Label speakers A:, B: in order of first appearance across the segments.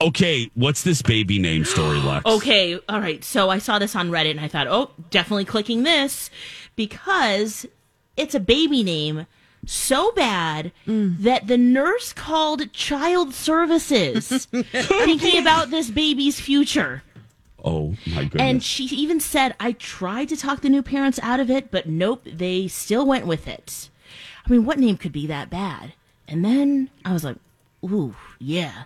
A: Okay, what's this baby name story, Lex?
B: Okay, all right. So I saw this on Reddit and I thought, oh, definitely clicking this because it's a baby name so bad that the nurse called child services thinking about this baby's future.
A: Oh my goodness.
B: And she even said, I tried to talk the new parents out of it, but nope, they still went with it. I mean, what name could be that bad? And then I was like, ooh, yeah.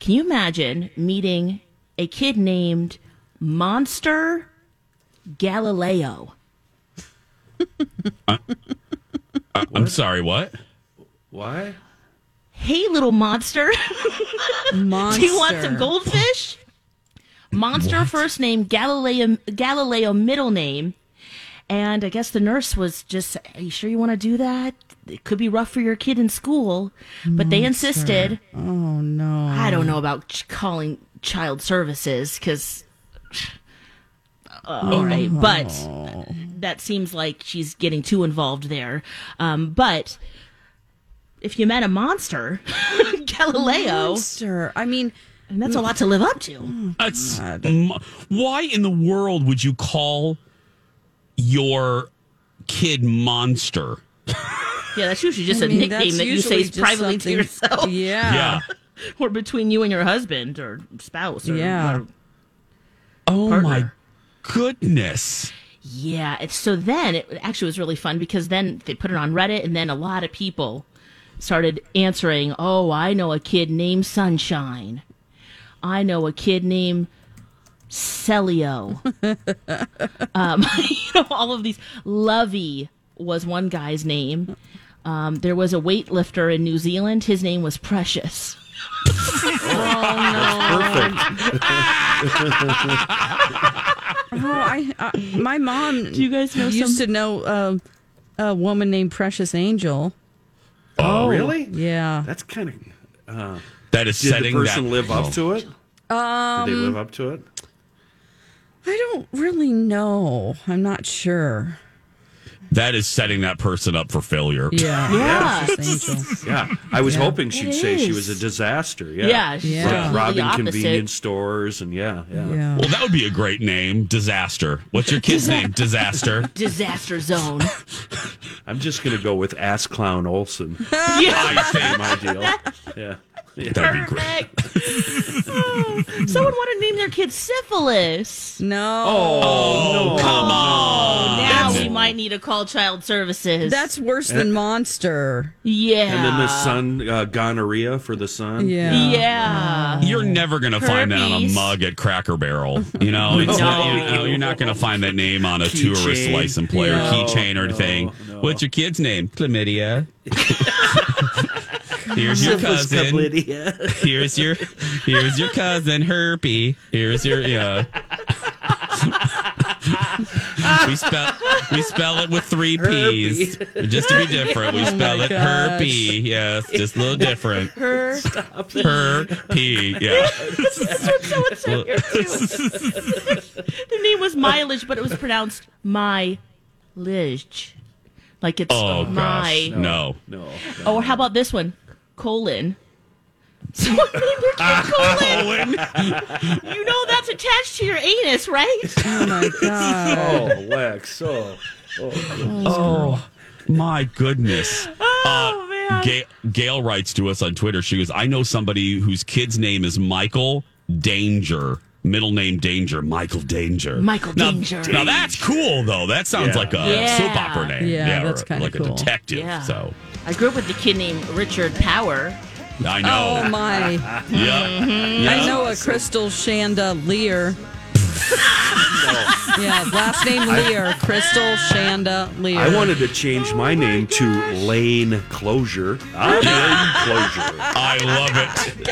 B: Can you imagine meeting a kid named Monster Galileo?
A: I'm sorry, what?
C: Why?
B: Hey, little monster.
D: Monster.
B: Do you want some goldfish? Monster first name, Galileo, Galileo middle name. And I guess the nurse was just, Are you sure you want to do that? It could be rough for your kid in school. But they insisted. Oh, no. I don't know about ch- calling child services because. all right. But that seems like she's getting too involved there. Um, but if you met a monster, Galileo.
D: Monster. I mean, mm.
B: And that's a lot to live up to.
A: That's- m- why in the world would you call your kid monster?
B: Yeah, that's usually just
D: I
B: a
D: mean,
B: nickname
D: that's
B: that you
D: usually
B: say
D: just
B: privately to
D: something-
B: yourself
D: Yeah.
A: yeah.
B: or between you and your husband or spouse. Or,
D: Yeah.
B: or-
A: Oh my
B: Partner.
A: goodness.
B: yeah. It's, so then it actually was really fun because then they put it on Reddit and then a lot of people started answering, oh, I know a kid named Sunshine. I know a kid named Celio. um, you know, all of these. Lovey was one guy's name. Um, there was a weightlifter in New Zealand. His name was Precious.
C: Perfect.
D: Oh, I, I my mom.
B: you guys know
D: used to know um, a woman named Precious Angel.
C: Oh, really?
D: Yeah.
C: That's kind of. Uh,
A: That is
C: did
A: setting
C: the person
A: that
C: live up to it? Um, did they live up to it?
D: I don't really know. I'm not sure.
A: that is setting that person up for failure.
D: Yeah.
B: Yeah.
D: Precious Angel.
C: Yeah, I was hoping she'd
B: It
C: say she
B: is.
C: was a disaster. Yeah,
B: Yeah, she's
D: Yeah.
C: Like
D: completely
C: robbing
B: opposite.
C: convenience stores and yeah, yeah.
D: Yeah.
A: Well, that would be a great name. Disaster. What's your kid's name? Disaster.
B: disaster zone.
C: I'm just gonna go with Ass Clown Olson.
A: I think
C: My deal. Yeah. yeah.
A: that'd be great.
B: Perfect. Oh, Someone wanted to name their kid syphilis.
D: No.
C: Oh, come
A: Uh,
C: on!
B: Now we might need to call child services.
D: That's worse than Monster.
B: yeah.
C: And then the son uh, gonorrhea for the son.
D: Yeah.
B: Yeah.
A: You're never going to find that on a
B: Herpes.
A: mug at Cracker Barrel. You know, it's not, you know you're not going to find that name on a tourist
C: Keychain.
A: license plate or
D: No,
A: keychain or
C: no,
A: thing.
C: no.
A: What's your kid's name? Chlamydia. here's your
C: Syphilis
A: cousin.
C: chlamydia.
A: Here's your here's your cousin Herpy. Here's your yeah. we spell we spell it with three p's just to be different.
C: Oh
A: We spell it
D: gosh.
A: herpy. Yes, just a little different. Her her p. Yeah.
B: That's what someone said here too. Their name was Mileage, but it was pronounced my lidge. Like it's
A: Oh gosh,
B: my.
A: no.
C: No.
B: Oh, or how about this one? Colon. Someone named their kid colon. You know that's attached to your anus, right?
A: Uh,
D: Oh my god.
C: Oh, Lex. Oh.
A: Oh my goodness.
B: Oh man. know.
A: Gail, Gail writes to us on Twitter. She goes, I know somebody whose kid's name is Michael Danger. Middle name Danger, Michael Danger.
B: Michael
A: now,
B: Danger.
A: Now that's cool though. That sounds
C: Yeah.
A: like a
B: Yeah.
A: soap opera name.
D: Yeah,
A: or
D: that's kinda
A: like
D: cool.
A: a detective.
B: Yeah.
A: So
B: I grew up with a kid named Richard Power.
A: I
D: Oh
A: know.
D: my! Mm-hmm.
A: yeah.
D: I know a crystal chandelier. yeah, last name Lear, crystal chandelier.
C: I wanted to change my name to Lane Closure. I'm Lane Closure.
A: I love it.